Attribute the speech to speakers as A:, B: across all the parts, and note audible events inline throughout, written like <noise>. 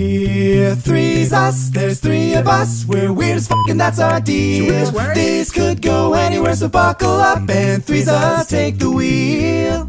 A: We're three's us, there's three of us. We're weird as fuck and that's our deal. This could go anywhere, so buckle up and three's us take the wheel.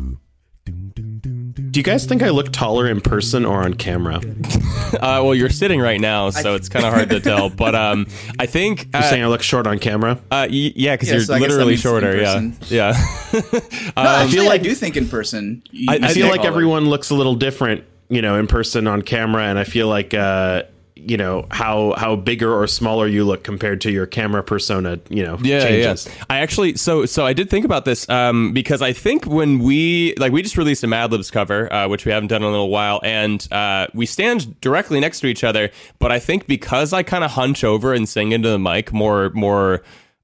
B: Do you guys think I look taller in person or on camera? You're
C: <laughs> Uh, well, you're sitting right now, so it's kind of hard to tell. But um, I think uh,
B: saying I look short on camera?
C: uh, y- yeah, because
D: Yeah,
C: you're
D: so I guess that
C: literally um,
D: means in
C: shorter. Yeah,
D: person.
C: yeah.
D: No, <laughs> actually, I
B: Uh, feel like-
D: do think in person. you-
B: I,
D: you
B: I feel
D: get
B: like
D: taller.
B: everyone looks a little different, you know, in person on camera, and I feel like uh, you know how how bigger or smaller you look compared to your camera persona, you know, changes.
C: yeah. I actually so so I did think about this um, because I think when we like we just released a Mad Libs cover, uh, which we haven't done in a little while, and uh, we stand directly next to each other. But I think because I kind of hunch over and sing into the mic more more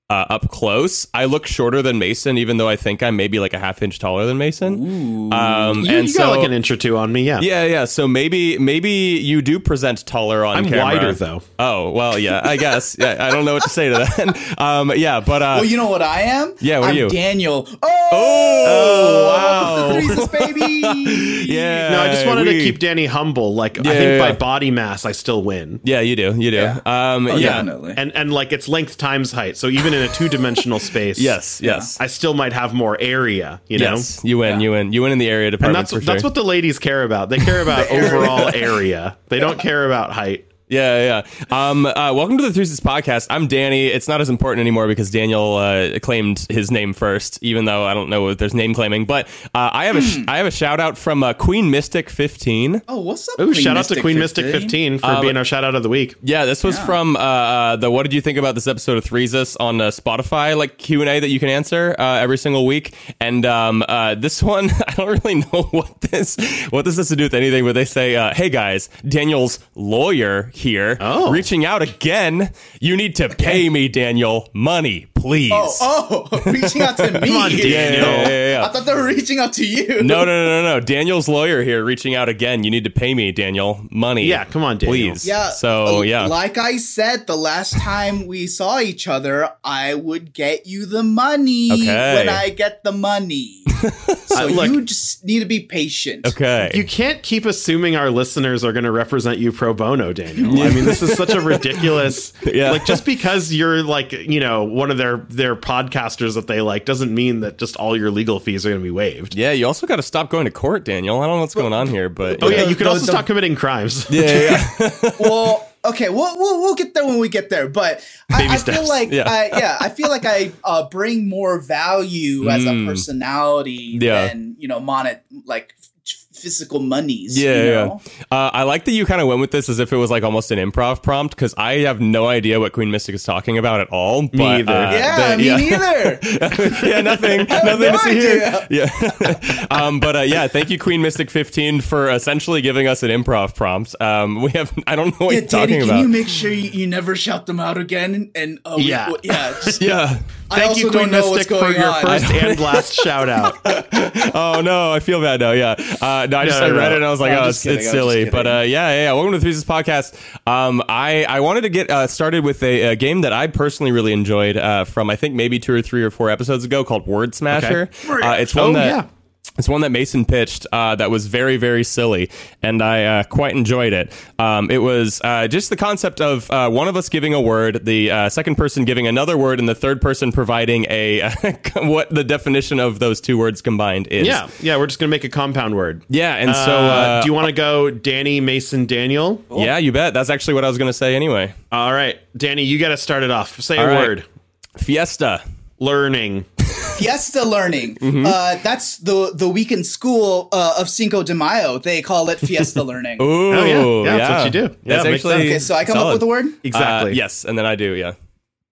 C: uh, up close, I look shorter than Mason, even though I think I'm maybe like a half inch taller than Mason. Um,
B: You,
C: and
B: you
C: so
B: got like an inch or two on me, yeah.
C: yeah, yeah. So maybe maybe you do present taller on
B: I'm
C: camera.
B: wider, though.
C: Oh well, yeah. I guess. yeah, I don't know what to say to that. <laughs> um, yeah, but uh,
D: Well, you know what I am?
C: Yeah, what are
D: I'm
C: you?
D: Daniel. Oh,
C: Oh, wow.
D: threesis, baby.
C: Yeah.
B: No, I just wanted
C: we-
B: to keep Danny humble. Like I
C: Yeah,
B: think
C: yeah,
B: by
C: yeah.
B: body mass, I still win.
C: Yeah, you do. You do.
D: Yeah.
C: Um,
D: Oh,
C: <laughs> yeah.
D: definitely.
B: And and like it's length times height. So even in a
C: <laughs>
B: two dimensional space,
C: Yes. Yes.
B: I still might have more area. You know,
C: Yes. You win. You win. You win in the area
B: and
C: department
B: that's
C: for
B: that's
C: sure.
B: what the ladies care about. They
C: <laughs>
B: care about overall area. They don't care about height.
C: yeah. Yeah. Um, uh, welcome to the Threesis podcast. I'm Danny. It's not as important anymore because Daniel uh, claimed his name first, even though I don't know if there's name claiming. But uh, I have a
B: Hmm.
C: sh- I have a shout out from uh, Queen Mystic 15.
D: Oh, what's up?
B: Ooh, shout out to Queen Mystic 15
C: Uh,
B: for being our shout out of the week.
C: Yeah, this was
D: Yeah.
C: from uh, uh, the "What did you think about this episode of Threesis?" on uh, Spotify, like Q and A that you can answer uh, every single week. And um, uh, this <laughs> one, I don't really know what this what this has to do with anything, but they say, uh, "Hey guys, Daniel's lawyer here,
B: Oh.
C: reaching out again. You need to pay me, Daniel, money, please."
D: Oh, oh, <laughs> reaching out to me.
B: on, Daniel.
C: Yeah, yeah, yeah, yeah, yeah.
D: I thought they were reaching out to you.
C: No, no, no, no, no. Daniel's lawyer here, reaching out again. You need to pay me, Daniel, money.
B: Yeah, come on, Daniel.
C: please.
D: Yeah.
C: So
D: uh,
C: yeah.
D: Like I said, the last time we saw each other, I would get you the money
C: Okay.
D: when I get the
C: <laughs>
D: money. so
B: Uh, look-
D: you just need to be patient.
C: Okay.
B: You can't keep assuming our listeners are going to represent you pro bono, Daniel. I mean, this is
C: <laughs>
B: such a ridiculous.
C: Yeah.
B: Like, just because you're like, you know, one of their their podcasters that they like doesn't mean that just all your legal fees are going to be waived.
C: Yeah, you also got to stop going to court, Daniel. I don't know what's going on here, but
B: Oh yeah,
D: The-
B: you could
D: the-
B: also
D: the-
B: stop committing crimes.
C: yeah, yeah, <laughs> yeah.
D: <laughs> well, okay, we'll, we'll we'll get there when we get there. But I,
B: Baby
D: I feel
B: steps.
D: like
C: Yeah.
D: I, yeah, I feel like I uh, bring more value as a personality
C: Mm. Yeah.
D: than you know, monet like f- physical monies.
C: yeah,
D: you
C: yeah.
D: know?
C: Uh, I like that you kind of went with this as if it was like almost an improv prompt because I have no idea what Queen Mystic is talking about at all. But,
B: either.
C: uh,
D: yeah.
C: the-
D: me
C: yeah.
D: neither.
C: <laughs> yeah, nothing,
D: have
C: nothing
D: <laughs>
C: to
D: no
C: see here. Yeah, <laughs> um, but uh, yeah, thank you, Queen Mystic Fifteen, for essentially giving us an improv prompt. Um, we have, I don't know what
D: Yeah,
C: you're
D: Daddy,
C: talking
D: can
C: about.
D: you make sure you, you never shout them out again? And uh, we-
B: Yeah.
D: well, yeah. just-
C: yeah.
D: I
B: Thank you,
D: also
B: Queen
D: don't know what's
B: Mystic, for
D: going
B: your
D: on.
B: <laughs>
D: <laughs>
B: first and last shout out.
C: Oh no, I feel bad now. Yeah, uh, no, I just
B: no,
C: I
B: no.
C: read it and I was like,
D: No, I'm
C: oh, it's,
D: just kidding,
C: it's
D: I'm just
C: silly.
D: kidding.
C: But uh, yeah, yeah, yeah. Welcome to the Thesis Podcast. Um, I I wanted to get uh, started with a, a game that I personally really enjoyed uh, from I think maybe two or three or four episodes ago called Word Smasher. Uh, it's one
B: Oh,
C: that.
B: yeah.
C: It's one that Mason pitched uh, that was very, very silly, and I uh, quite enjoyed it. Um, it was uh, just the concept of uh, one of us giving a word, the uh, second person giving another word, and the third person providing a <laughs> what the definition of those two words combined is.
B: <laughs> Yeah, yeah, we're just going to make a compound word.
C: Yeah, and so
B: Uh,
C: uh,
B: do you want to go Danny, Mason, Daniel?
C: yeah, you bet. That's actually what I was going to say anyway.
B: All right, Danny, you got to start it off. Say
C: All
B: a
C: right.
B: word.
C: Fiesta.
B: Learning.
D: Fiesta
B: <laughs>
D: learning.
B: Mm-hmm.
D: Uh, that's the the week in school uh, of Cinco de Mayo. They call it
B: <laughs>
D: Fiesta learning.
C: Ooh,
B: Oh, yeah. Yeah, that's what you do. Yeah,
C: That's
B: it makes
C: actually
B: sense.
D: okay, so I come
C: solid.
D: up with a word.
C: Uh,
B: Exactly.
C: yes, and then I do. Yeah,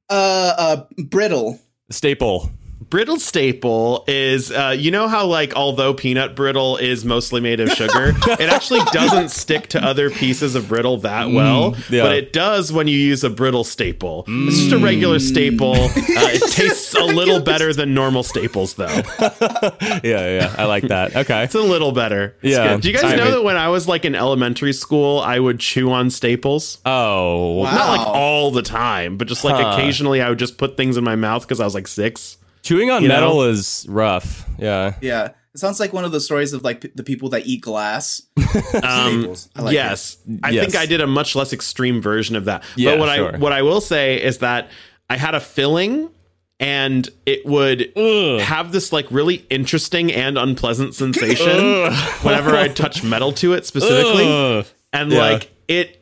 D: Uh, uh, brittle.
C: staple.
B: Brittle staple is, uh, you know how like although peanut brittle is mostly made of
C: <laughs>
B: sugar, it actually doesn't stick to other pieces of brittle that well,
C: Mm, yeah. Mm.
B: but it does when you use a brittle staple. It's just a
C: <laughs>
B: regular staple. Uh, it tastes a little better than normal staples, though.
C: Yeah, yeah, yeah. I like that.
B: <laughs>
C: Okay.
B: It's a little better.
C: <laughs>
B: It's
C: Yeah.
B: good. Do you guys
C: I
B: know
C: mean-
B: that when I was like in elementary school, I would chew on staples?
C: Oh,
B: Not like
D: Wow.
B: all the time, but just like
C: Huh.
B: occasionally I would just put things in my mouth because I was like six.
C: chewing on
B: You
C: metal
B: know?
C: is rough. Yeah.
D: Yeah. It sounds like one of those stories of like p- the people that eat
B: <laughs>
D: glass.
B: Um,
D: I like
B: yes, I
C: Yes.
B: think I did a much less extreme version of that.
C: Yeah,
B: but what
C: sure.
B: I what I will say is that I had a filling, and it would have this like really interesting and unpleasant sensation whenever I touch metal to it specifically,
C: Ugh.
B: and
C: Yeah.
B: like it.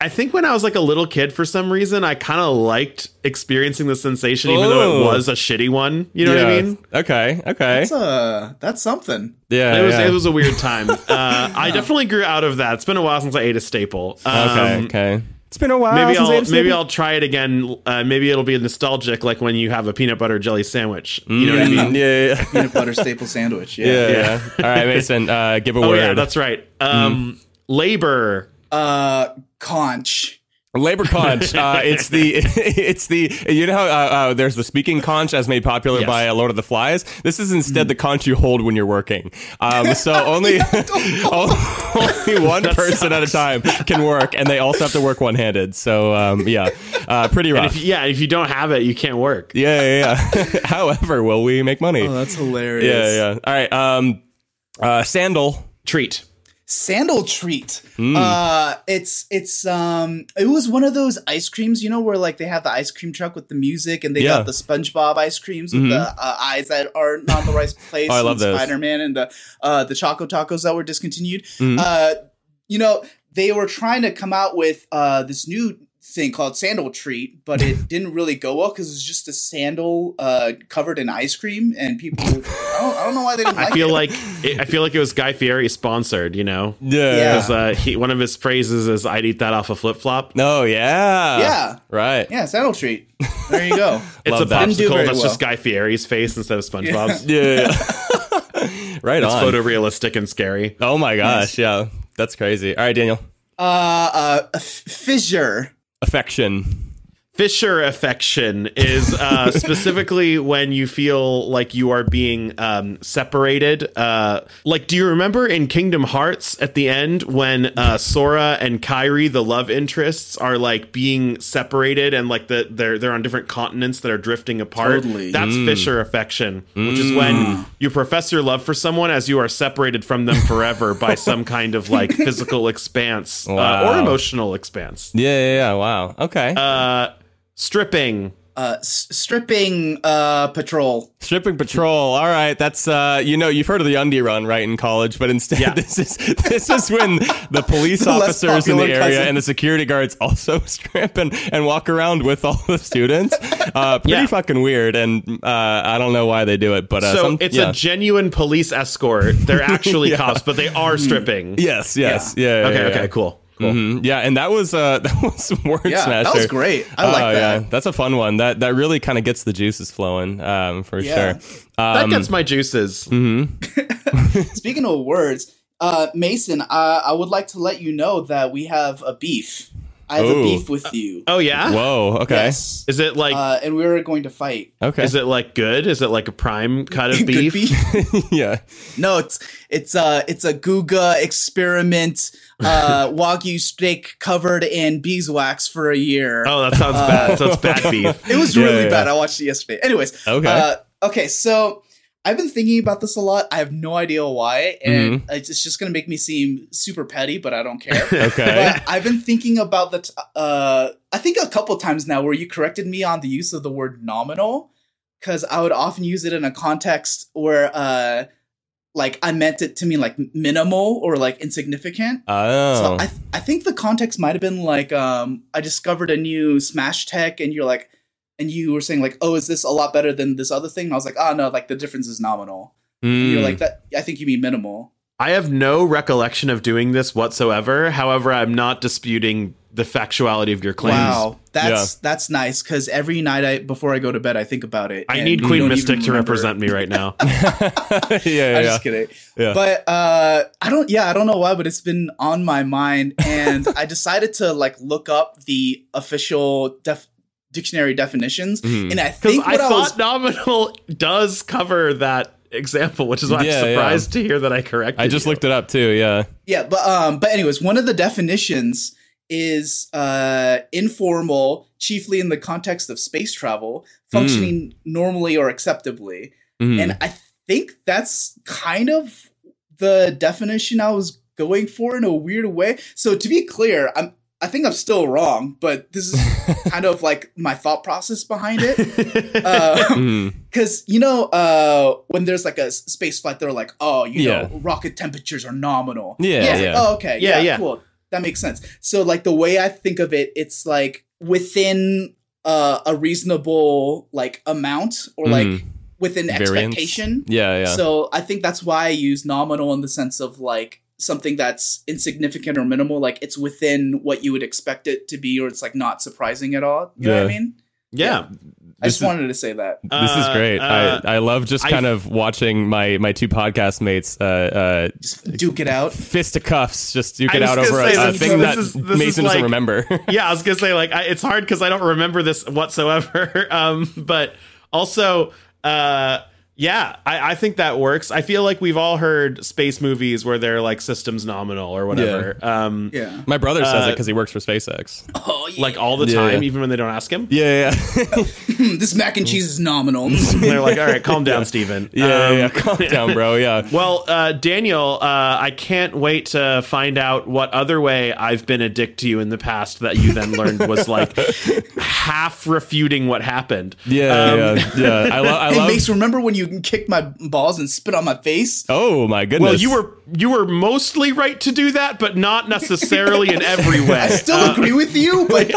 B: I think when I was like a little kid, for some reason, I kind of liked experiencing the sensation, even though
C: Ugh.
B: it was a shitty one. You know what I
C: Yeah.
B: mean?
C: Okay, okay.
D: That's, uh, that's
B: <laughs>
D: something.
C: yeah,
B: It was
C: yeah.
B: it was a
C: <laughs>
B: weird time. Uh, I definitely grew out of that. It's been a while since I ate a staple.
C: okay,
B: Um,
C: okay. It's been a while.
B: Maybe
C: since
B: I'll
C: I
B: maybe
C: ate a steak.
B: I'll try it again. Uh, maybe it'll be nostalgic, like when you have a peanut butter jelly sandwich. You know what I mean?
C: Mm, <laughs> yeah, yeah, yeah.
D: Peanut butter staple sandwich. Yeah.
C: yeah, yeah. All <laughs> right, Mason, uh, give a
B: Oh
C: word. Mm.
B: yeah, that's right. Um, Labor.
D: Uh, conch.
C: Labor conch. Uh, it's the <laughs> it's the you know how uh, uh, there's the speaking conch as made popular
B: Yes.
C: by uh, Lord of the Flies. This is instead the conch you hold when you're working. Um, so <laughs> only only one person at a time can work, and they also have to work one handed. So um, yeah, uh, pretty rough.
B: If, yeah, if you don't have it, you can't work.
C: yeah, yeah. yeah. <laughs> However, will we make money?
D: Oh, that's hilarious.
C: yeah, yeah. All right. Um, uh, sandal.
B: Treat.
D: sandal treat.
C: Hmm.
D: Uh, it's it's um it was one of those ice creams, you know, where like they have the ice cream truck with the music, and they
C: Yeah.
D: got
C: Mm-hmm.
D: the SpongeBob ice creams with the uh, eyes that aren't on the
C: <laughs>
D: right place.
C: Oh, I love
D: and
C: those.
D: Spider Man and the uh, the Choco Tacos that were discontinued.
C: Mm-hmm.
D: Uh, you know, they were trying to come out with uh this new thing called sandal treat but
C: <laughs>
D: it didn't really go well because it's just a sandal uh covered in ice cream and people I don't, I don't know why they didn't like
B: I feel
D: it.
B: like it, I feel like it was Guy Fieri sponsored. You know,
D: Yeah.
B: because uh, he one of his phrases is "I'd eat that off a flip flop."
C: No. oh, Yeah.
D: Yeah.
C: Right.
D: yeah sandal treat there you
C: <laughs>
D: go
B: It's a
C: Love that.
D: Didn't do
B: popsicle
D: very
B: that's just
D: well.
B: Guy Fieri's face instead of
D: <laughs>
B: SpongeBob's.
C: Yeah. <laughs> right
B: It's
C: on.
B: photorealistic and scary.
C: Oh my gosh, yeah. That's crazy. All right, Daniel.
D: uh, uh f- fissure.
C: Affection.
B: Fisher affection is uh, specifically when you feel like you are being um, separated. Uh, like, do you remember in Kingdom Hearts at the end when uh, Sora and Kairi, the love interests, are like being separated and like the, they're they're on different continents that are drifting apart?
D: Totally.
B: That's Fisher affection, which is when you profess your love for someone as you are separated from them forever by some kind of like physical expanse uh, or
C: Wow.
B: emotional expanse.
C: Yeah, yeah, yeah. Wow. Okay.
B: Stripping.
D: Uh, s- stripping uh, patrol.
C: Stripping patrol. All right, that's uh, you know you've heard of the undie run right in college, but instead <laughs>
B: Yeah.
C: this is this is when the police
D: less
C: officers in the
D: popular
C: area
D: cousin.
C: and the security guards also <laughs> strip and, and walk around with all the students. Uh, pretty
B: Yeah.
C: fucking weird, and uh, I don't know why they do it, but uh,
B: so
C: some-
B: it's
C: yeah.
B: a genuine police escort. They're actually cops, but they are stripping.
C: yes, yes, yeah. yeah,
B: Okay.
C: yeah,
B: Okay.
C: yeah.
B: Cool.
C: Mhm. Yeah, and that was uh, <laughs> that was word
D: Yeah,
C: smasher.
D: that was great. I like
C: Oh,
D: that.
C: that's a fun one. That that really kind of gets the juices flowing, um, for
D: Yeah.
C: sure. Uh,
B: That gets my juices.
D: Speaking of words, uh, Mason, uh, I would like to let you know that we have a beef. I have
C: Ooh.
D: a beef with you.
B: Oh yeah.
D: <laughs>
C: Whoa. Okay.
D: Yes.
B: Is it like?
D: Uh, and we are going to fight.
C: Okay.
B: Is it like good? Is it like a prime cut of
D: Good
B: beef?
C: <laughs> yeah.
D: No, it's it's uh it's a Guga experiment
C: <laughs>
D: uh, wagyu steak covered in beeswax for a year.
B: Oh, that sounds bad. So it's bad beef.
D: It was
C: Yeah,
D: really
C: yeah.
D: bad. I watched it yesterday. Anyways,
C: Okay.
D: uh, okay. So I've been thinking about this a lot. I have no idea why, and
C: Mm-hmm.
D: it's it's just gonna make me seem super petty, but I don't
C: <laughs>
D: care.
C: Okay.
D: but I've been thinking about the. T- uh, I think a couple times now where you corrected me on the use of the word nominal, because I would often use it in a context where, uh, like, I meant it to mean like minimal or like insignificant. So
C: oh.
D: I, th- I think the context might have been like um, I discovered a new Smash tech, and you're like, and you were saying like, oh, is this a lot better than this other thing? And I was like, oh no, like the difference is nominal. And
C: Mm.
D: You're
B: Hmm.
D: like that. I think you mean minimal.
B: I have no recollection of doing this whatsoever. However, I'm not disputing the factuality of your claims.
D: Wow, that's that's nice because every night I before I go to bed, I think about it.
B: I
D: and
B: need
D: you
B: Queen
D: don't even
B: Mystic to
D: remember.
B: represent me right now.
C: <laughs> yeah. Yeah.
D: I'm
C: yeah.
D: just kidding.
C: Yeah.
D: But uh, I don't. Yeah, I don't know why, but it's been on my mind,
B: <laughs>
D: and I decided to like look up the official def- dictionary definitions,
C: Hmm.
D: and I
B: Because
D: think
B: Hmm. I
D: what I,
B: thought
D: was
B: nominal does cover that example, which is why
C: Yeah,
B: I'm
C: yeah.
B: surprised to hear that I corrected.
C: I just
B: you.
C: looked it up too. Yeah.
D: Yeah, but um, but anyways, one of the definitions is uh, informal, chiefly in the context of space travel, functioning normally or acceptably.
C: Mhm.
D: And I think that's kind of the definition I was going for in a weird way. So to be clear, I'm I think I'm still wrong, but this is kind of like my thought process behind it.
B: <laughs>
D: Um,
C: Hmm.
D: Because you know, uh, when there's like a s- space flight, they're like, "Oh, you
C: Yeah.
D: know, rocket temperatures are nominal."
C: Yeah,
D: It's like,
C: yeah.
D: oh, okay.
B: Yeah,
D: Yeah,
B: yeah.
D: Cool. That makes sense. So, like the way I think of it, it's like within uh, a reasonable like amount, <laughs> or like
C: Mhm.
D: within
C: Variance.
D: expectation.
C: Yeah, yeah.
D: So I think that's why I use nominal in the sense of like something that's insignificant or minimal, like it's within what you would expect it to be, or it's like not surprising at all. You know what I
C: Yeah.
D: mean?
B: yeah.
D: I
C: This
D: just
C: is-
D: wanted to say that.
C: this is
B: Uh,
C: great.
B: uh,
C: I, I love just
B: I-
C: kind of watching my my two podcast mates uh, uh,
D: Just duke it out.
C: fisticuffs just duke
B: I
C: it
B: was
C: out
B: gonna
C: over
B: say,
C: a, a
B: this is-
C: thing
B: this
C: that
B: is- this is
C: Mason
B: like-
C: doesn't remember. <laughs>
B: yeah, I was gonna say like I, it's hard because I don't remember this whatsoever. <laughs> Um, but also, uh, yeah, I, I think that works. I feel like we've all heard space movies where they're like systems nominal or whatever. Um,
D: Yeah.
C: my brother says
B: Uh,
C: it because he works for SpaceX.
D: Oh, yeah.
B: like all the
C: Yeah.
B: time, even when they don't
C: <laughs>
B: ask him.
C: Yeah,
B: <laughs>
C: yeah, yeah.
D: <laughs> Hmm, this mac and cheese is nominal. <laughs>
B: They're like, all right, calm down, Steven.
C: yeah,
B: Um,
C: yeah.
B: <laughs>
C: Calm down, bro. Yeah.
B: Well, uh, Daniel, uh, I can't wait to find out what other way I've been a dick to you in the past that you then learned was
C: <laughs>
B: like half refuting what happened.
C: Yeah,
B: Um,
C: yeah, yeah. I, lo- I
B: <laughs>
D: Hey,
C: love.
D: Mace, remember when you kicked my balls and spit on my face?
C: oh my goodness.
B: Well, you were you were mostly right to do that, but not necessarily in
C: <laughs>
B: every way.
D: I still agree with you,
B: <laughs>
D: but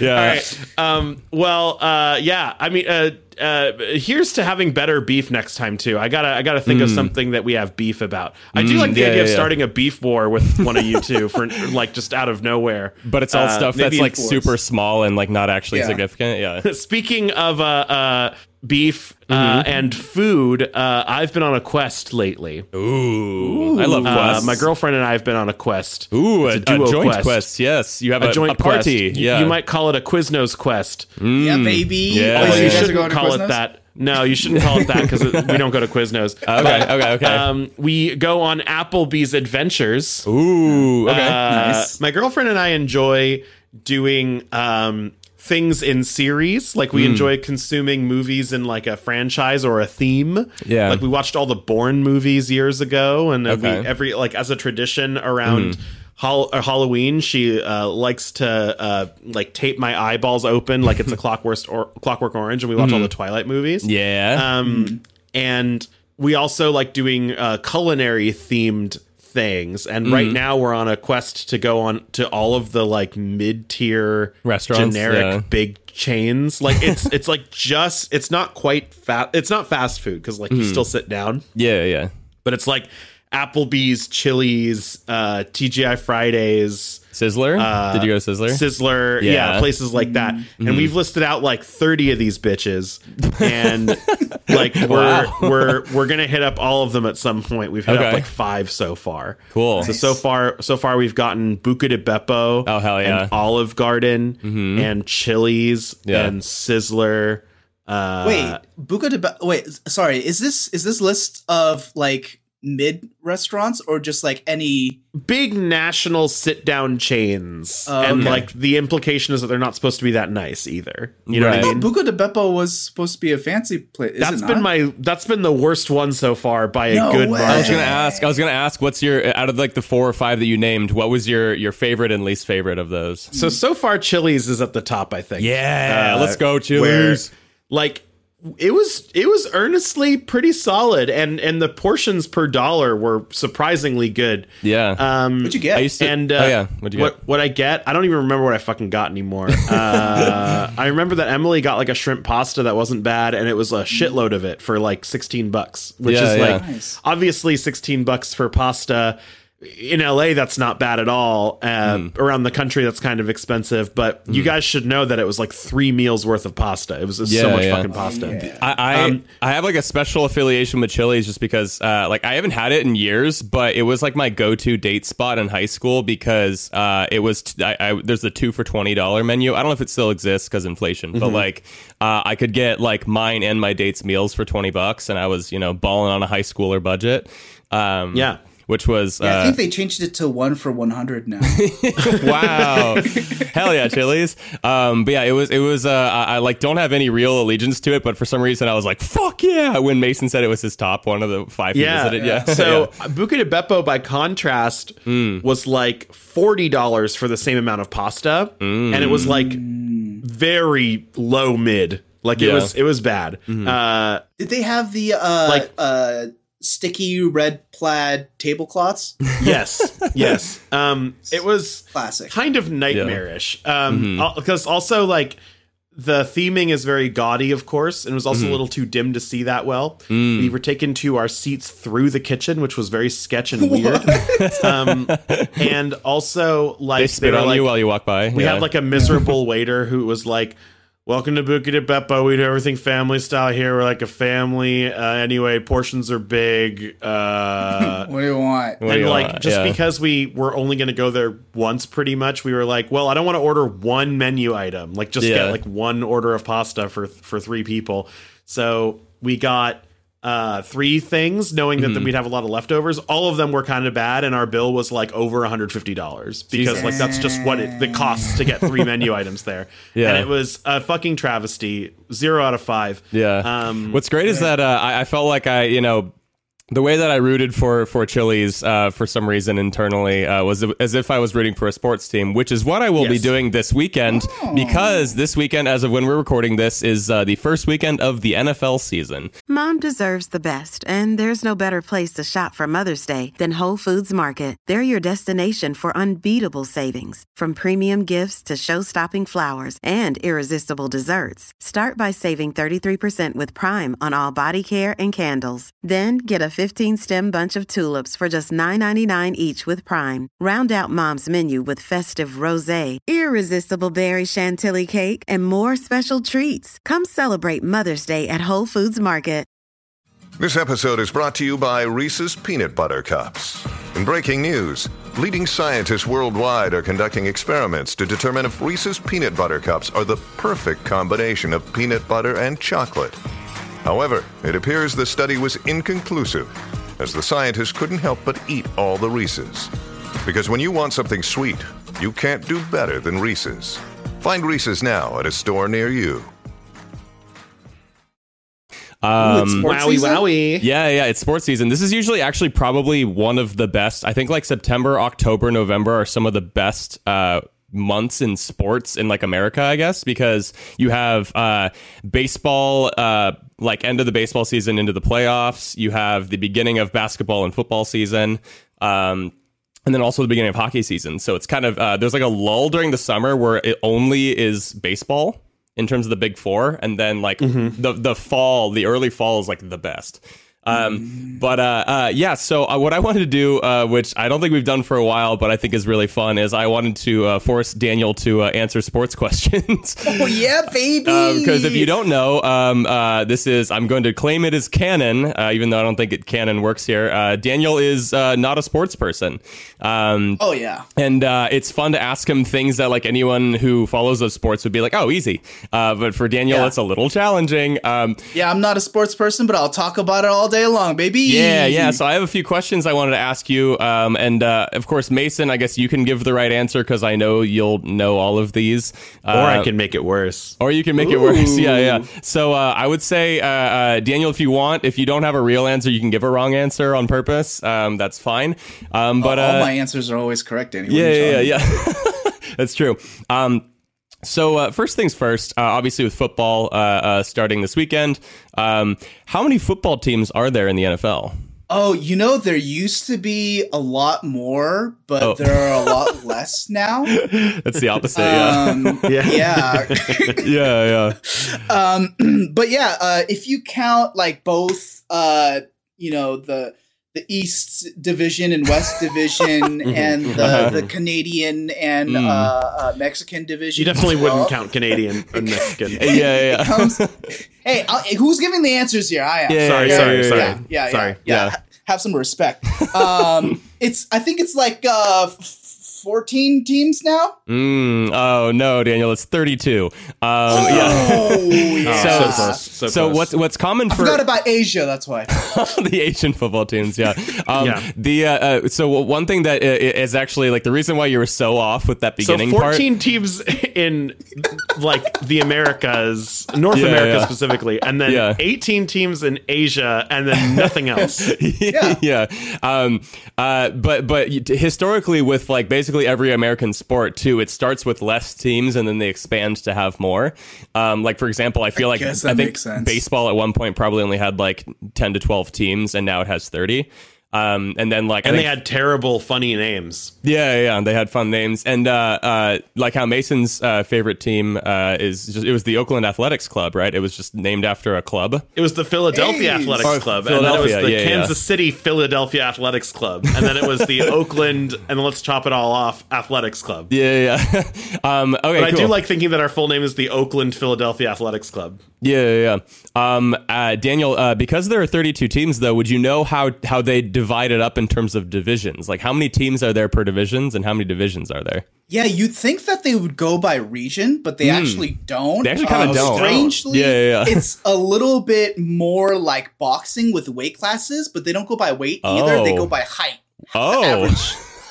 C: Yeah.
B: All right. Um, well, uh, yeah. I mean, uh, uh, here's to having better beef next time too. I gotta, I gotta think of something that we have beef about. I do like
C: Hmm.
B: the
C: yeah,
B: idea
C: yeah,
B: of
C: yeah.
B: starting a beef war with one of you two for <laughs> like just out of nowhere.
C: But it's all
B: Uh,
C: stuff
B: maybe
C: that's like
D: enforce.
C: super small and like not actually
D: Yeah.
C: significant.
B: <laughs>
C: Yeah.
B: Speaking of uh, uh, beef uh,
C: Mm-hmm.
B: and food, uh, I've been on a quest lately.
C: Ooh. I love
B: Uh,
C: quests.
B: my girlfriend and I have been on a quest.
C: Ooh, a,
B: It's
C: a,
B: duo
C: joint
B: quest.
C: quest. Yes, you have a,
B: a joint
C: a party.
B: quest. Y-
C: Yeah,
B: You might call it a Quiznos quest.
D: <laughs> yeah, baby.
C: Yeah.
D: Mm. Oh,
B: Although
C: yeah,
D: guys
C: yeah.
B: you
D: are
B: shouldn't
D: going to
B: call it
D: Quiznos?
B: that. No, you shouldn't call it that because we don't go
D: <laughs>
B: to Quiznos.
C: Okay, okay, okay.
B: Um, we go on Applebee's Adventures.
C: Ooh, okay.
B: Uh,
D: Nice.
B: My girlfriend and I enjoy doing um, things in series. Like
C: Hmm.
B: we enjoy consuming movies in like a franchise or a theme.
C: Yeah.
B: Like we watched all the Bourne movies years ago, and we,
C: Okay. Hmm.
B: every like as a tradition around. Hall- uh, Halloween, she uh, likes to uh, like tape my eyeballs open like
C: <laughs>
B: it's a Clockwork or Clockwork Orange, and we watch all the Twilight movies.
C: Hmm. yeah.
B: Um, And we also like doing uh, culinary themed things. And
C: Mm-hmm.
B: right now we're on a quest to go on to all of the like mid tier
C: Restaurants,
B: generic
C: yeah.
B: big chains. Like it's <laughs> it's like just it's not quite fast. It's not fast food because like you
C: Mm.
B: still sit down,
C: yeah, yeah.
B: but it's like Applebee's, Chili's, uh, TGI Fridays.
C: Sizzler? Did you go to Sizzler?
B: uh, Sizzler, yeah,
C: Yeah. Mm-hmm.
B: places like that. And we've listed out like 30 of these bitches
C: <laughs>
B: and like we're we're we're going to hit up all of them at some point. We've hit up
C: Okay.
B: like 5 so far.
C: Cool.
B: So so far so far we've gotten Buca de Beppo,
C: Oh, hell yeah. Mm-hmm.
B: and Olive Garden and Chili's
C: Yeah.
B: and Sizzler. Uh
D: Wait, Buca de Ba- wait, s- sorry. Is this is this list of like mid restaurants or just like any?
B: big national sit down chains.
D: Oh,
B: and
D: okay.
B: like the implication is that they're not supposed to be that nice either. You know
C: Right.
B: what I mean?
D: Oh, Buca de Beppo was supposed to be a fancy place. Is
B: That's
D: it
B: been
D: not?
B: my that's been the worst one so far by a
D: No
B: good
D: way.
B: margin.
C: I was gonna ask. I was gonna ask. What's your out of like the four or five that you named? What was your your favorite and least favorite of those?
B: so so far Chili's is at the top, I think.
C: Yeah,
B: Uh,
C: let's go,
B: Where,
C: Chili's.
B: like it was it was earnestly pretty solid and and the portions per dollar were surprisingly good.
C: Yeah.
B: Um
D: What'd you get?
C: I used to.
B: <laughs> and uh,
C: oh yeah. What'd you
B: what
C: get?
B: what I get? I don't even remember what I fucking got anymore. Uh, <laughs> I remember that Emily got like a shrimp pasta that wasn't bad, and it was a shitload of it for like sixteen bucks, which
C: Yeah,
B: is
C: yeah.
B: like
D: Nice.
B: obviously sixteen bucks for pasta in LA. That's not bad at all. Uh,
C: Hmm.
B: Around the country, that's kind of expensive, but you guys should know that it was like three meals worth of pasta. It was, so
C: Yeah,
B: much
C: yeah.
B: fucking pasta.
D: yeah.
C: I I, I have like a special affiliation with Chili's just because uh, like I haven't had it in years, but it was like my go-to date spot in high school because uh, it was t- I, I, there's the two for twenty dollar menu. I don't know if it still exists because inflation, but like uh, I could get like mine and my date's meals for twenty bucks, and I was you know balling on a high schooler budget. Um,
B: Yeah.
C: which was
D: Yeah, I
C: uh,
D: think they changed it to one for one hundred now.
B: <laughs>
C: wow, hell yeah, Chili's. Um, but yeah, it was it was. Uh, I, I like don't have any real allegiance to it, but for some reason I was like, fuck yeah, when Mason said it was his top one of the five. he
B: Yeah.
C: visited. <laughs> yeah. Hmm.
B: So Buca di Beppo, by contrast, was like forty dollars for the same amount of pasta,
C: Hmm.
B: and it was like very low mid. Like it
C: Yeah. Hmm.
B: was, it was bad. Uh,
D: <laughs> Did they have the uh,
B: Like-
D: uh, sticky red plaid
B: <laughs>
D: tablecloths?
C: <laughs>
B: yes, yes. Um, it was
D: Classic.
B: kind of nightmarish.
C: Mm-hmm.
B: Um, because also like the theming is very gaudy, of course, and it was also
C: Mm-hmm.
B: a little too dim to see that well.
C: Mm.
B: We were taken to our seats through the kitchen, which was very sketch
C: <laughs>
B: and weird. um, and also like
C: they spit
B: were
C: on
B: like,
C: you while you walk by.
B: We had like a miserable <laughs> waiter who was like, "Welcome to Buki de Beppo. We do everything family style here. We're like a family. Uh, anyway, portions are big." Uh,
D: what do you want?
C: What do
B: and
C: you
B: like,
C: want?
B: just
C: Yeah.
B: because we were only going to go there once, pretty much, we were like, "Well, I don't want to order one menu item. Like, just
C: Yeah.
B: get like one order of pasta for for three people." So we got uh three things knowing
C: Mm-hmm.
B: that, that we'd have a lot of leftovers all of them were kind of bad and our bill was like over $150 because like that's just what it the costs to get three
C: <laughs>
B: menu items there
C: Yeah.
B: and it was a fucking travesty zero out of five
C: Yeah.
B: um
C: What's great is that uh, I, I felt like I, you know, the way that I rooted for for Chili's uh, for some reason internally uh, was as if I was rooting for a sports team, which is what I will be
B: Yes. Oh.
C: doing this weekend because this weekend, as of when we're recording this, is uh, the first weekend of the NFL season.
E: Mom deserves the best, and there's no better place to shop for Mother's Day than Whole Foods Market. They're your destination for unbeatable savings, from premium gifts to show-stopping flowers and irresistible desserts. Start by saving 33% with Prime on all body care and candles. Then get a 15-stem bunch of tulips for just $9.99 each with Prime. Round out Mom's menu with festive rosé, irresistible berry chantilly cake, and more special treats. Come celebrate Mother's Day at Whole Foods Market.
F: This episode is brought to you by Reese's Peanut Butter Cups. In breaking news, leading scientists worldwide are conducting experiments to determine if Reese's Peanut Butter Cups are the perfect combination of peanut butter and chocolate. However, it appears the study was inconclusive, as the scientists couldn't help but eat all the Reese's. Because when you want something sweet, you can't do better than Reese's. Find Reese's now at a store near you.
D: Ooh, it's
C: Um,
D: sports
B: wowie
D: season?
B: wowie
C: yeah, yeah, it's sports season. This is usually actually probably one of the best. I think like September, October, November are some of the best uh, months in sports in like America, I guess, because you have uh, baseball, uh, like end of the baseball season into the playoffs. You have the beginning of basketball and football season. Um, and then also the beginning of hockey season. So it's kind of uh, there's like a lull during the summer where it only is baseball in terms of the big four, and then like the the fall, the early fall is like the best. Um, but uh, uh, yeah, so uh, what I wanted to do, uh, which I don't think we've done for a while, but I think is really fun, is I wanted to uh, force Daniel to uh, answer sports <laughs> questions. Uh,
D: Oh yeah, baby.
C: Because if you don't know, um, uh, this is I'm going to claim it as canon, uh, even though I don't think it canon works here. Uh, Daniel is uh, not a sports person, um,
D: Oh yeah.
C: and uh, it's fun to ask him things that like anyone who follows those sports would be like, oh, easy. Uh, but for Daniel,
D: Yeah.
C: it's a little challenging. Um,
D: Yeah, I'm not a sports person, but I'll talk about it all day long, baby.
C: yeah, yeah. So I have a few questions I wanted to ask you, um, and uh, of course, Mason, I guess you can give the right answer because I know you'll know all of these.
B: or i
C: Uh,
B: can make it worse
C: Or you can make it worse. <laughs> Yeah, yeah. So uh, I would say, uh, uh, Daniel, if you want, if you don't have a real answer, you can give a wrong answer on purpose. Um, that's fine. Um, but
D: all
C: uh,
D: my answers are always correct anyway.
C: yeah,
D: John.
C: yeah, yeah, yeah. <laughs> that's true. Um, so uh, first things first. Uh, obviously, with football uh, uh, starting this weekend, um, how many football teams are there in the NFL?
D: Oh, you know, there used to be a lot more, but
C: Oh.
D: there are a lot <laughs> less now.
C: That's the opposite. <laughs> yeah.
D: Um, yeah.
C: <laughs>
B: Uh,
C: yeah, yeah.
D: um, <clears throat> but yeah, uh, if you count like both, uh, you know, the the East Division and West Division and the, the Canadian and uh, uh, Mexican Division,
B: You definitely
D: as well,
B: wouldn't count Canadian and
C: <laughs>
B: Mexican.
C: Yeah,
B: <laughs>
C: yeah, yeah.
D: comes- hey, I'll, who's giving the answers here? I am.
C: Yeah,
B: Sorry,
C: yeah,
B: sorry,
C: yeah,
B: sorry.
D: yeah, yeah,
B: sorry.
D: yeah, yeah.
C: Yeah.
D: Ha- Have some respect. Um, it's I think it's like uh, f- 14 teams now?
C: Mm, oh no, Daniel, it's 32. Um, yeah.
D: Oh, yeah.
C: So-
B: so close. So,
C: So
B: close.
C: what's what's common for
D: Forgot about Asia, that's why.
C: <laughs> the Asian football teams,
B: <laughs>
C: yeah. Um,
B: Yeah.
C: The uh, uh, so one thing that i- i- is actually like the reason why you were so off with that
B: so
C: beginning part.
B: 14 teams <laughs> in like the Americas, North
C: Yeah,
B: America
C: yeah.
B: specifically, and then
C: Yeah.
B: 18 teams in Asia,
C: <laughs>
B: and then nothing else.
C: yeah. Um, uh, but but y- historically, with like basically every American sport too, it starts with less teams and then they expand to have more. Um, like for example, I feel like
D: guess
C: I
D: that
C: think
D: makes sense.
C: baseball at one point probably only had like ten to twelve teams, and now it has thirty. Um, and then like I
B: and they
C: think-
B: had terrible, funny names.
C: Yeah, yeah, yeah, they had fun names, and uh, uh, like how Mason's uh, favorite team uh, is just it was the Oakland Athletics Club, right? It was just named after a club.
B: It was the Philadelphia
D: Jeez.
B: Athletics
C: Oh,
B: Club, and then it was
C: Philadelphia,
B: the
C: yeah, yeah.
B: Kansas City Philadelphia Athletics Club, and then it was
C: <laughs>
B: the Oakland, and then let's chop it all off, Athletics Club.
C: Yeah, yeah. yeah. <laughs> um, okay,
B: But I
C: cool.
B: do like thinking that our full name is the Oakland Philadelphia Athletics Club.
C: Yeah, yeah. yeah. Um, uh, Daniel, uh, because there are 32 teams, though, would you know how how they divide it up in terms of divisions? Like, how many teams are there per divisions, and how many divisions are there?
D: Yeah, you'd think that they would go by region, but they actually don't.
C: Hmm.
D: Uh,
C: They actually kinda don't.
D: Strangely,
C: Yeah, yeah, yeah.
D: it's a little bit more like boxing with weight classes, but they don't go by weight either. They
C: Oh.
D: go by height.
C: Oh.
D: Average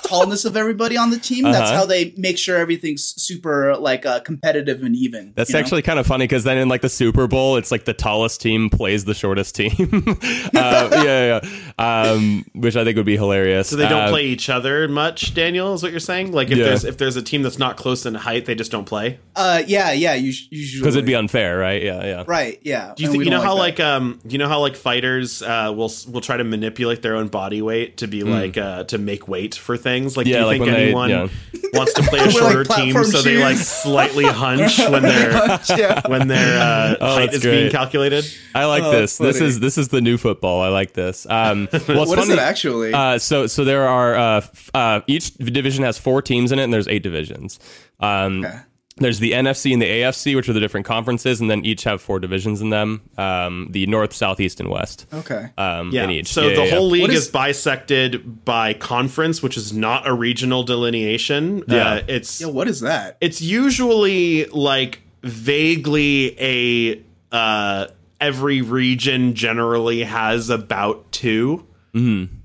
D: tallness of everybody on the team. That's
C: Uh-huh.
D: how they make sure everything's super like uh, competitive and even.
C: That's
D: you know?
C: actually kind of funny because then in like the Super Bowl, it's like the tallest team plays the shortest team. <laughs> uh, yeah, yeah, yeah. Um, which I think would be hilarious.
B: So they don't
C: Uh,
B: play each other much, Daniel, is what you're saying? Like if
C: Yeah.
B: there's if there's a team that's not close in height, they just don't play.
D: Uh, yeah, yeah. us- Usually,
C: because it'd be unfair, right? Yeah, yeah.
D: right. Yeah.
B: Do you
D: and
B: think
D: Uh, we
B: you know
D: don't
B: how
D: that.
B: like um you know how like fighters uh will s- will try to manipulate their own body weight to be like uh to make weight for things? Like
C: Hmm. Yeah,
B: do you
C: like
B: think
C: when they-
B: anyone
C: yeah.
B: wants
D: <laughs>
B: to play
D: We're
B: a
D: like
B: shorter team
D: platform
B: so they like
D: shoes. <laughs>
B: slightly hunch when their
D: yeah.
B: when their
C: <laughs>
B: uh, height
C: Oh, that's
B: is being
C: great.
B: calculated?
C: I like
D: Oh,
C: this. This
D: funny.
C: is this is the new football. I like this.
D: <laughs>
C: Um, well, it's
D: What is
C: funny-
D: it actually?
C: Uh, so so there are uh, f- uh, each division has four teams in it, and there's eight divisions. Um, There's the NFC and the AFC, which are the different conferences, and then each have four divisions in them: um, the North, South, East, and West.
D: okay.
C: Um,
B: Yeah.
C: in each.
B: So
C: Yeah,
B: the
C: yeah,
B: whole
C: yeah.
B: league
D: What
B: is,
D: is-
B: bisected by conference, which is not a regional delineation.
C: Yeah.
B: Uh, it's
D: Yo, what is that?
B: it's usually like vaguely a uh every region generally has about 2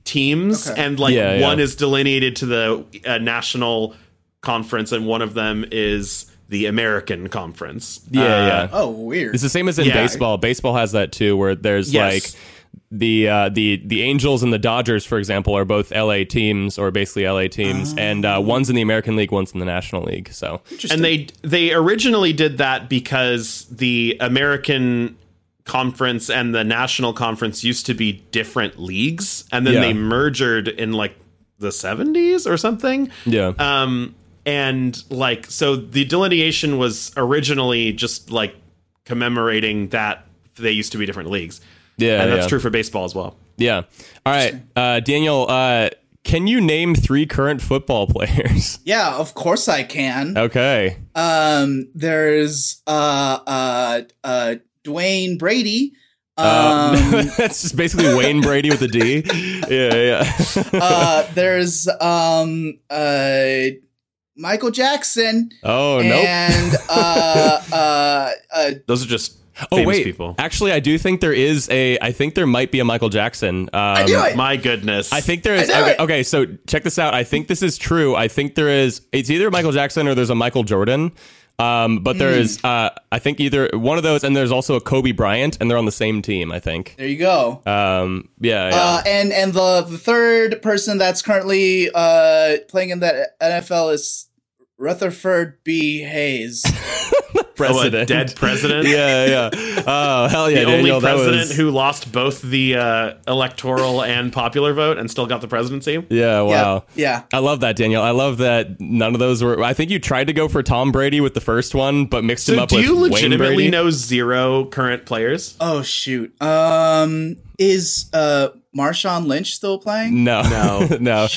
B: teams
D: Okay.
B: and like
C: Mm-hmm. Yeah,
B: one
C: yeah.
B: is delineated to the uh, national conference and one of them is the American conference.
C: Yeah, yeah.
D: Oh, weird.
C: It's the same as in
B: uh, Yeah.
C: baseball. Baseball has that too, where there's
B: Yes.
C: like the uh, the the Angels and the Dodgers, for example, are both LA teams or basically LA teams, and
B: Oh.
C: uh, one's in the American League, one's in the National League. So
B: and they they originally did that because the American conference and the national conference used to be different leagues and then
C: Yeah.
B: they merged in like the 70s or something
C: yeah,
B: um and like so the delineation was originally just like commemorating that they used to be different leagues
C: yeah,
B: and that's
C: yeah.
B: true for baseball as well
C: Yeah. All right, uh, Daniel. Uh, can you name three current football <laughs> players?
D: yeah, of course I
C: Uh,
D: can.
C: okay.
D: Um, there's uh uh uh Dwayne Brady. Um,
C: <laughs> That's just basically Wayne Brady with a D. Yeah, yeah. <laughs>
D: uh, there's um uh Michael Jackson.
C: Oh no.
D: And
C: <laughs>
D: uh, uh, uh,
B: those are just
C: Oh
B: famous
C: wait.
B: people
C: Actually, I do think there is a. I think there might be a Michael Jackson. Um, I
D: knew it!
B: my goodness
C: I think there is.
D: I knew
C: Okay,
D: it!
C: okay, so check this out. I think this is true. I think there is. It's either Michael Jackson or there's a Michael Jordan. Um, but there
D: Hmm.
C: is. Uh, I think either one of those, and there's also a Kobe Bryant, and they're on the same team. I think.
D: there you go.
C: Um, yeah. yeah.
D: Uh, and and the, the third person that's currently uh, playing in the NFL is Rutherford B.
C: <laughs>
D: Hayes.
B: oh, a
C: president. <laughs>
B: dead president
C: yeah, yeah. Oh, hell yeah,
B: <laughs> the
C: Daniel.
B: only president
C: that was,
B: who lost both the uh, electoral and popular vote and still got the presidency.
C: Yeah, wow.
D: Yeah.
C: I love that, Daniel. I love that none of those were. I think you tried to go for Tom Brady with the first one, but mixed him
B: So,
C: up
B: do
C: with
B: you
C: Wayne
B: legitimately
C: Brady.
B: know zero current players?
D: Oh shoot. Um, is uh Marshawn Lynch still playing?
C: <laughs> No, no, <laughs> no.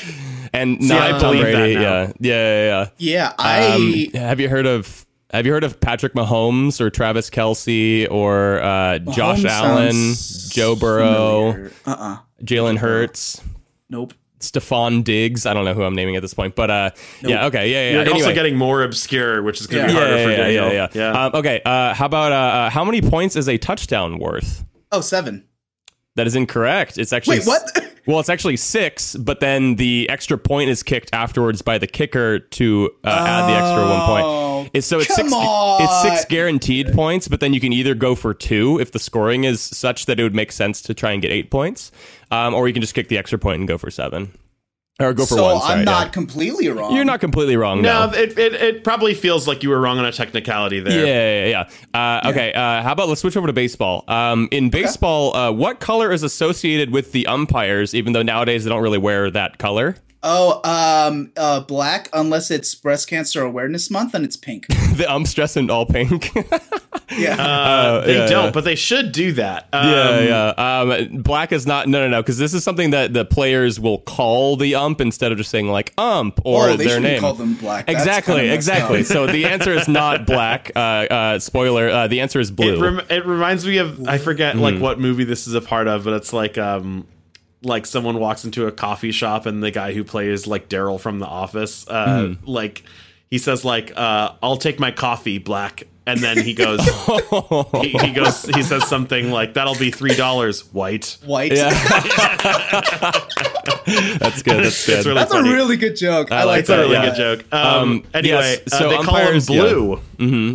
C: And
B: I
C: not Tom
B: believe that
C: Brady.
B: now.
C: Yeah, yeah,
D: Yeah,
C: yeah. yeah. Um,
D: I.
C: have you heard of? Have you heard of Patrick Mahomes or Travis Kelsey or uh, Josh
D: Mahomes
C: Allen,
D: sounds
C: Joe Burrow,
D: familiar. Uh-uh.
C: Jalen Hurts?
D: Nope.
C: Stefan Diggs. I don't know who I'm naming at this point, but uh, yeah, okay, yeah, yeah.
B: You're
C: anyway.
B: also getting more obscure, which is going to
D: Yeah.
B: be harder for
C: yeah,
B: Daniel.
C: yeah, yeah. Um, okay, uh, how about uh, uh, how many points is a touchdown worth?
D: Oh, seven.
C: That is incorrect. It's actually
D: Wait, what?
C: Well, it's actually six, but then the extra point is kicked afterwards by the kicker to uh, add the extra one point. It's, so it's
D: Oh, come
C: six.
D: on.
C: It's six guaranteed points, but then you can either go for two if the scoring is such that it would make sense to try and get eight points, um, or you can just kick the extra point and go for seven, or go for
D: so
C: one. Sorry,
D: I'm not
C: yeah.
D: completely wrong.
C: You're not completely wrong.
B: No, it, it it probably feels like you were wrong on a technicality
C: Yeah,
B: there.
C: yeah, yeah, yeah. Uh, okay, uh, how about let's switch over to baseball? Um, in baseball, uh, what color is associated with the umpires, even though nowadays they don't really wear that color? <laughs>
D: Oh, um, uh, black. Unless it's Breast Cancer Awareness Month, and it's
C: <laughs>
D: pink.
C: the umps dress in all pink. <laughs> yeah,
D: Yeah.
B: Uh, they
C: Oh, yeah,
B: don't,
C: yeah.
B: but they should do that. Um,
C: yeah. Um, black is not. No, no, no. Because this is something that the players will call the ump instead of just saying like ump
D: oh,
C: or
D: they
C: their
D: shouldn't
C: name.
D: call them black. That's
C: exactly,
D: kinda messed <laughs>
C: exactly.
D: up.
C: So the answer
D: <laughs>
C: is not black. Uh, uh, spoiler. Uh, the answer is blue.
B: It, rem- it reminds me of I forget
C: Mm.
B: like what movie this is a part of, but it's like um like someone walks into a coffee shop and the guy who plays like Daryl from The Office,
C: Hmm.
B: uh, like he says like uh, I'll take my coffee black, and then
C: <laughs>
B: he goes he, he goes he says something like that'll be three dollars white.
D: White. <laughs>
C: yeah. <laughs> that's good. That's good.
B: It's really
D: That's
B: funny.
D: a really good joke. I, like
B: It's a
D: that.
B: really
C: yeah.
B: good joke. Um,
C: Um,
B: anyway,
C: yes,
B: uh,
C: so
B: they
C: umpires-
B: call him blue.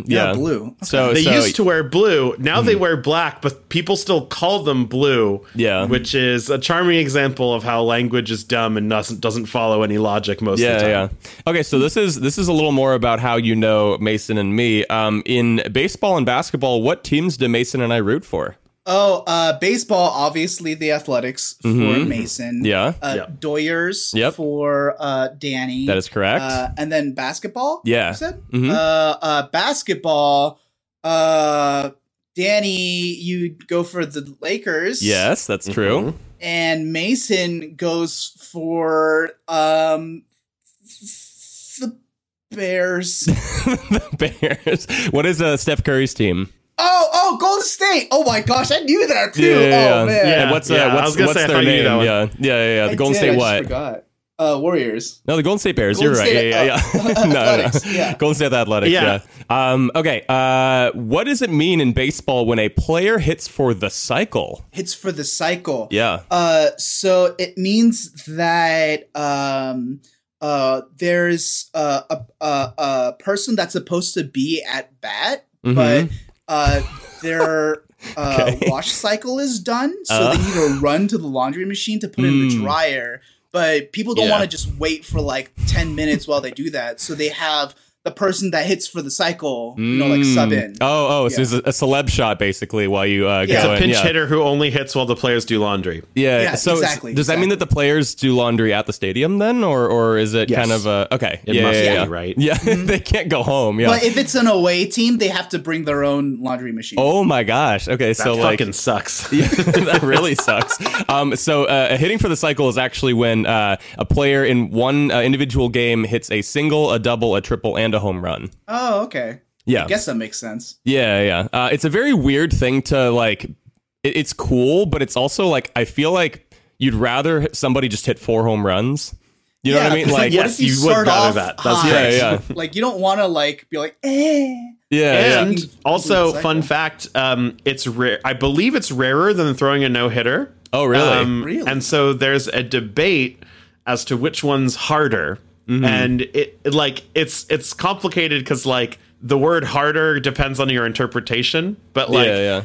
D: Yeah, blue. Okay.
C: So
B: They
C: so-
B: used to wear blue. Now
C: Hmm.
B: they wear black, but people still call them blue.
C: Yeah.
B: which is a charming example of how language is dumb and doesn't doesn't follow any logic most of the
C: yeah,
B: time.
C: yeah. Okay, so this is this is a little more about how you know Mason and me. Um, in baseball and basketball, what teams do Mason and I root for?
D: Oh, uh, baseball, obviously the athletics for Mason.
C: Mm-hmm. Yeah.
D: Uh,
B: Yeah.
D: Doyers
C: Yep.
D: for uh, Danny.
C: That is correct.
D: Uh, and then basketball.
C: Yeah.
D: You said?
C: Mhm.
D: Uh, uh, basketball. Uh, Danny, you go for the Lakers.
C: yes, that's
B: Mm-hmm.
C: true. <laughs>
D: And Mason goes for um, the
C: <laughs>
D: Bears.
C: the Bears. What is uh, Steph Curry's team?
D: oh, oh, Golden State. Oh my gosh, I knew that too. oh man.
B: Yeah,
C: And what's uh,
B: yeah, I
C: what's,
B: was gonna
C: what's
B: say, I
C: their
B: thought you knew
C: name?
B: that one.
C: Yeah, yeah, yeah. yeah. The
D: I
C: Golden
D: did,
C: State
D: I just
C: what?
D: forgot. Uh, Warriors.
C: No, the Golden State Bears.
D: Golden
C: You're right.
D: State,
C: yeah, yeah, yeah.
D: uh, athletics,
C: <laughs> no, no.
D: yeah.
C: Golden State Athletics.
B: Yeah.
C: Yeah. Um, okay. Uh, what does it mean in baseball when a player hits for the cycle?
D: Hits for the cycle.
C: Yeah.
D: Uh, so it means that um, uh, there's uh, a, a, a person that's supposed to be at bat, but uh,
C: <laughs>
D: their uh,
C: Mm-hmm. Okay.
D: wash cycle is done, so
C: Uh.
D: they need to run to the laundry machine to put it in the dryer. But people don't
C: Hmm. Yeah.
D: want to just wait for like ten minutes while they do that, so they have the person that hits for the cycle, you know, like sub in.
C: Mm. Oh, oh, so it's a, a celeb shot basically while you uh,
D: Yeah.
C: go
B: A
C: in.
B: pinch
C: yeah.
B: hitter who only hits while the players do laundry.
C: Yeah,
D: Yeah,
C: so
D: exactly,
C: does that mean that the players do laundry at the stadium then, or or is it
B: Yes.
C: kind of a okay?
B: It
C: yeah,
B: must
C: yeah,
B: be,
C: yeah.
B: right?
C: Yeah, <laughs> they can't go home. Yeah.
D: Mm-hmm. But if it's an away team, they have to bring their own laundry machine.
C: oh my gosh. Okay,
B: That
C: so like
B: fucking
C: <laughs>
B: sucks.
C: Yeah, that really sucks. Um, so uh, hitting for the cycle is actually when uh, a player in one uh, individual game hits a single, a double, a triple, and a home run.
D: Oh, okay.
C: Yeah.
D: I guess that makes sense.
C: Yeah, yeah. Uh, it's a very weird thing to like. It, it's cool, but it's also like I feel like you'd rather somebody just hit four home runs. You know
D: Yeah,
C: what I mean?
D: <laughs> it's
C: Like,
B: yes,
D: what if you,
B: you would
D: start
B: rather
D: off
B: that. That's
D: high?
C: correct. Yeah,
D: Like you don't want to like be like, eh.
C: yeah, yeah.
B: And also, fun fact: um, it's rare. I believe it's rarer than throwing a no hitter.
C: Oh, really?
D: Really?
B: Um, And so there's a debate as to which one's harder,
C: Mm-hmm.
B: and it it, like it's it's complicated because like the word harder depends on your interpretation, but like
C: yeah, yeah.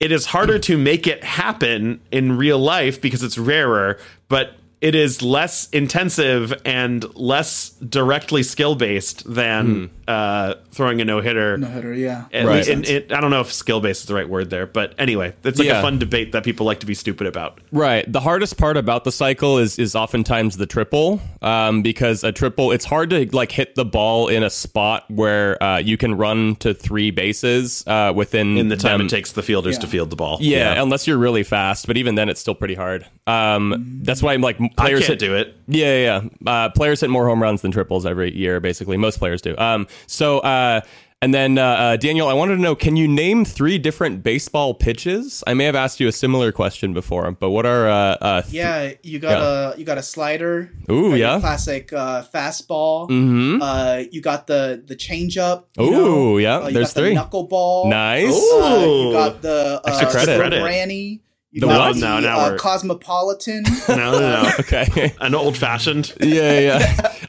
B: it is harder to make it happen in real life because it's rarer, but it is less intensive and less directly skill based than uh, throwing a no hitter.
D: No hitter, yeah.
B: At
C: Hmm. Right.
B: least in, it, I don't know if skill based is the right word there, but anyway, it's like
C: Yeah.
B: a fun debate that people like to be stupid about.
C: Right. The hardest part about the cycle is is oftentimes the triple, um, because a triple it's hard to like hit the ball in a spot where uh, you can run to three bases uh, within
B: in the time
C: them.
B: it takes the fielders to field the ball.
C: Yeah, unless you're really fast, but even then it's still pretty hard. Um, that's why I'm like m-
B: I
C: players
B: can't
C: hit. <laughs>
B: do it.
C: Yeah, yeah, yeah. Uh, players hit more home runs than triples every year. Basically, most players do. Um, so. Uh, And then, uh, uh, Daniel, I wanted to know can you name three different baseball pitches? I may have asked you a similar question before, but what are. Uh, uh, th-
D: Yeah, you got a you got a slider.
C: Ooh,
D: you got your
C: yeah.
D: classic uh, fastball.
C: Mhm.
D: Uh, you got the the changeup. you
C: Ooh,
D: know.
C: yeah,
D: Uh, you
C: there's
D: got
C: three.
D: The knuckleball.
C: Nice.
D: Uh, you
B: Ooh.
D: got the uh,
C: Extra credit.
D: the granny. You
B: The
D: got
B: what?
D: the
B: No, now
D: uh,
B: we're-
D: cosmopolitan.
C: <laughs>
B: No, no, no.
C: Okay.
B: <laughs>
C: <laughs>
B: An old fashioned.
C: yeah, yeah.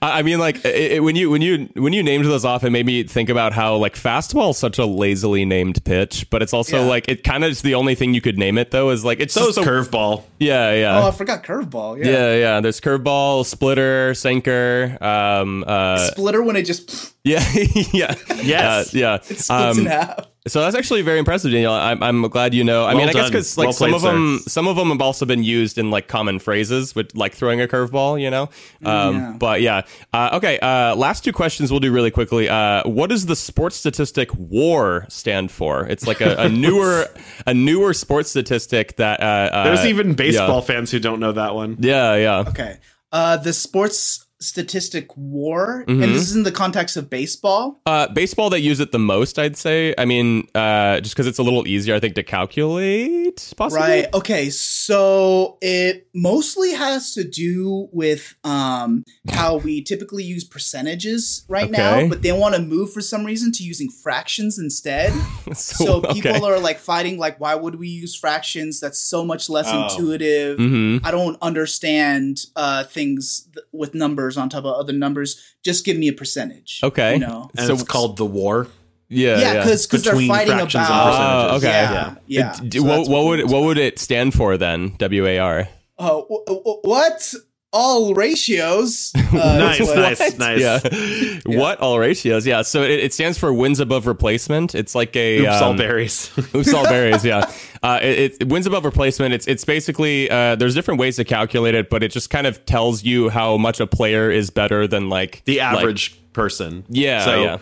C: I I mean, like it, it, when you when you when you named those off, it made me think about how like fastball is such a lazily named pitch, but it's also
D: Yeah.
C: like it kind of is the only thing you could name it though. Is like it's
B: So
C: so,
B: is curveball.
C: yeah, yeah.
D: oh, I forgot curveball.
C: yeah,
D: Yeah.
C: yeah, There's curveball, splitter, sinker. Um, <laughs> uh,
D: Splitter when it just <laughs>
C: yeah, yeah,
B: Yes.
C: Uh, yeah.
D: splits
C: Um,
D: in half.
C: so that's actually very impressive, Daniel. I'm, I'm glad you know. I mean,
B: Well
C: I guess
B: done.
C: because like
B: Well
C: some
B: played,
C: of them, some of them have also been used in like common phrases, with like throwing a curveball, you know. Um,
D: Mm, yeah.
C: But yeah, uh, okay. Uh, last two questions we'll do really quickly. Uh, what does the sports statistic WAR stand for? It's like a,
B: <laughs>
C: a newer, a newer sports statistic that uh, uh,
B: There's even baseball
C: Yeah.
B: fans who don't know that one.
C: Yeah, yeah.
D: Okay. Uh, the sports statistic war,
C: Mm-hmm.
D: and this is in the context of baseball.
C: Uh, baseball, they use it the most, I'd say. I mean, uh, just because it's a little easier, I think, to calculate. Possibly.
D: Right. Okay. So it mostly has to do with um, how we typically use percentages right
C: Okay.
D: now, but they want to move for some reason to using fractions
C: <laughs>
D: instead. so people are like fighting, like, why would we use fractions? That's so much less
B: Oh.
D: intuitive.
C: hmm
D: I don't understand uh, things th- with numbers on top of other numbers. Just give me a percentage.
C: Okay.
D: You know.
B: And
C: So-
B: it's called
C: <laughs>
B: the war.
C: Yeah.
D: yeah, because they're
B: Between
D: fighting about.
B: fractions and percentages.
C: Oh, okay.
D: Yeah. yeah.
C: It- d-
D: So
C: what,
D: that's
C: what
D: we
C: would what would it stand for then? W A R.
D: Oh, w- w- what? All ratios. Uh,
B: Nice,
D: what-
B: nice, nice. <laughs>
C: Yeah. What all ratios? Yeah. So it, it stands for wins above replacement. It's like a
B: Oops, all
C: um,
B: berries. <laughs>
C: Oops, all berries. Yeah, uh, it, it wins above replacement. It's it's basically uh, there's different ways to calculate it, but it just kind of tells you how much a player is better than like
B: the
C: like-
B: average person.
C: yeah,
B: So
C: yeah.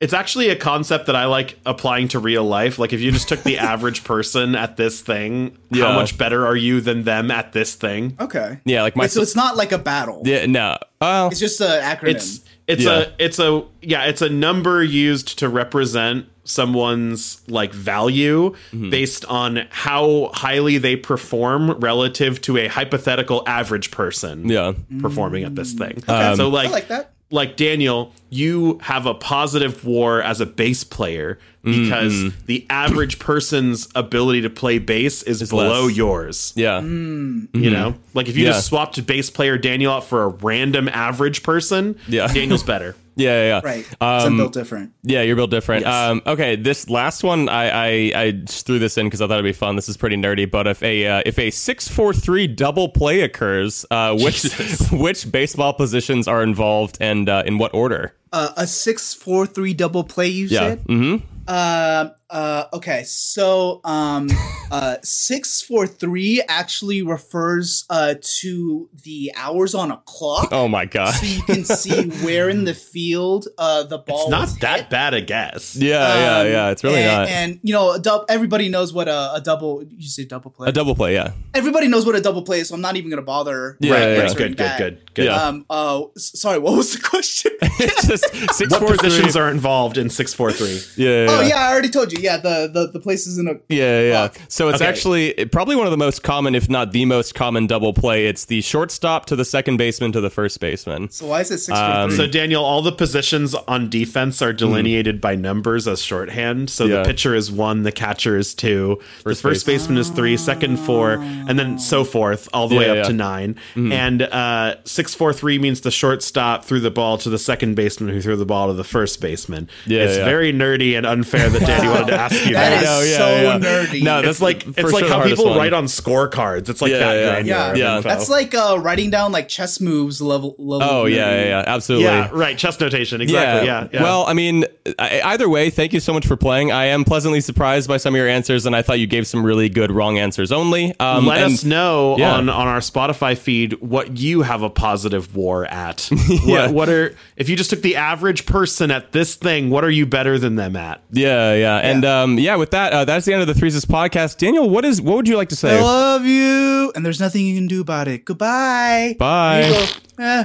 B: it's actually a concept that I like applying to real life. Like if you just took the <laughs> average person at this thing,
C: Yeah.
B: how much better are you than them at this thing?
D: Okay.
C: Yeah, like my
D: Wait, so it's not like a battle.
C: yeah, no. Well,
D: It's just an acronym.
B: It's it's
C: Yeah.
B: a it's a yeah, it's a number used to represent someone's like value
C: Mm-hmm.
B: based on how highly they perform relative to a hypothetical average person
C: yeah. Mm. Um,
B: performing at this thing.
D: Okay.
B: so
D: I
B: like
D: like that.
B: like Daniel, you have a positive war as a bass player because
C: Mm-hmm.
B: the
C: <clears throat>
B: average person's ability to play bass is below
C: less.
B: yours.
C: Yeah.
B: You know, like if you
C: Yeah.
B: just swapped bass player Daniel out for a random average person,
C: Yeah. <laughs>
B: Daniel's better.
C: Yeah, yeah, yeah.
D: Right. 'cause I'm
C: Um,
D: built different.
C: yeah, you're built different.
D: Yes.
C: Um, okay, this last one, I, I, I just threw this in because I thought it'd be fun. This is pretty nerdy, but if a uh, if a six four three double play occurs, uh, which <laughs> which baseball positions are involved and uh, in what order?
D: Uh, a six four three double play. You
C: Yeah.
D: said.
C: hmm
D: Um. uh, okay. So, um, uh, six four three actually refers uh to the hours on a clock.
C: Oh my god.
D: <laughs> So you can see where in the field uh the ball.
B: It's not
D: was
B: that
D: hit.
B: bad a guess.
C: Yeah,
D: Um,
C: yeah, yeah. It's really
D: and,
C: not
D: And you know, a dub, everybody knows what a, a double. You say double play.
C: a double play. Yeah.
D: everybody knows what a double play is, so I'm not even gonna bother.
C: Yeah, yeah, yeah.
B: Right,
D: answering
B: good, good,
D: that.
B: good, good.
C: Yeah.
D: Um. Oh, s- sorry. What was the question?
C: <laughs> it's just <laughs> six
B: What
C: four
B: positions
C: three.
B: are involved in six four three?
C: Yeah.
D: oh yeah, I already told you. Yeah, the the the place is in a.
C: Yeah, yeah.
D: Fuck.
C: So it's
B: Okay.
C: actually it- probably one of the most common, if not the most common, double play. It's the shortstop to the second baseman to the first baseman.
D: So why is it six
C: Um,
D: for
B: So
D: three?
B: Daniel, all the positions on defense are delineated by numbers as shorthand. So
C: Hmm. Yeah.
B: the pitcher is one, the catcher is two,
C: First
B: the first
C: base.
B: baseman is three, second four, and then so forth, all the way
C: Yeah,
B: up
C: yeah. Hmm.
B: to nine. And uh, six four three means the shortstop threw the ball to the second baseman, who threw the ball to the first baseman.
C: Yeah,
B: it's
C: yeah.
B: very nerdy and unfair that Danny wanted to ask you
D: <laughs> That
B: that.
D: is
C: know, yeah,
D: so
C: yeah.
D: nerdy.
C: No,
B: It's
C: that's
B: like
C: the-
B: it's
C: for
B: like
C: sure the
B: how
C: hardest
B: people
C: one.
B: write on scorecards. It's like
C: Yeah,
B: that
C: yeah.
B: granular. of
D: Yeah.
B: info.
D: that's like uh, writing down like chess moves level. level
C: Oh yeah,
D: nerdy.
C: yeah, yeah, absolutely.
B: yeah, right. Chess notation, exactly. Yeah, yeah.
C: Well, I mean, I, either way, thank you so much for playing. I am pleasantly surprised by some of your answers, and I thought you gave some really good wrong answers only. Um,
B: let
C: and-
B: us know
C: yeah.
B: on on our Spotify feed what you have a positive war at.
C: <laughs> Yeah.
B: what, what are if you just took the average person at this thing? What are you better than them at?
C: Yeah, yeah, and um, yeah. With that, uh, that's the end of the Threeses podcast. Daniel, what is what would you like to say?
D: I love you, and there's nothing you can do about it. Goodbye.
C: Bye.
D: You go, eh,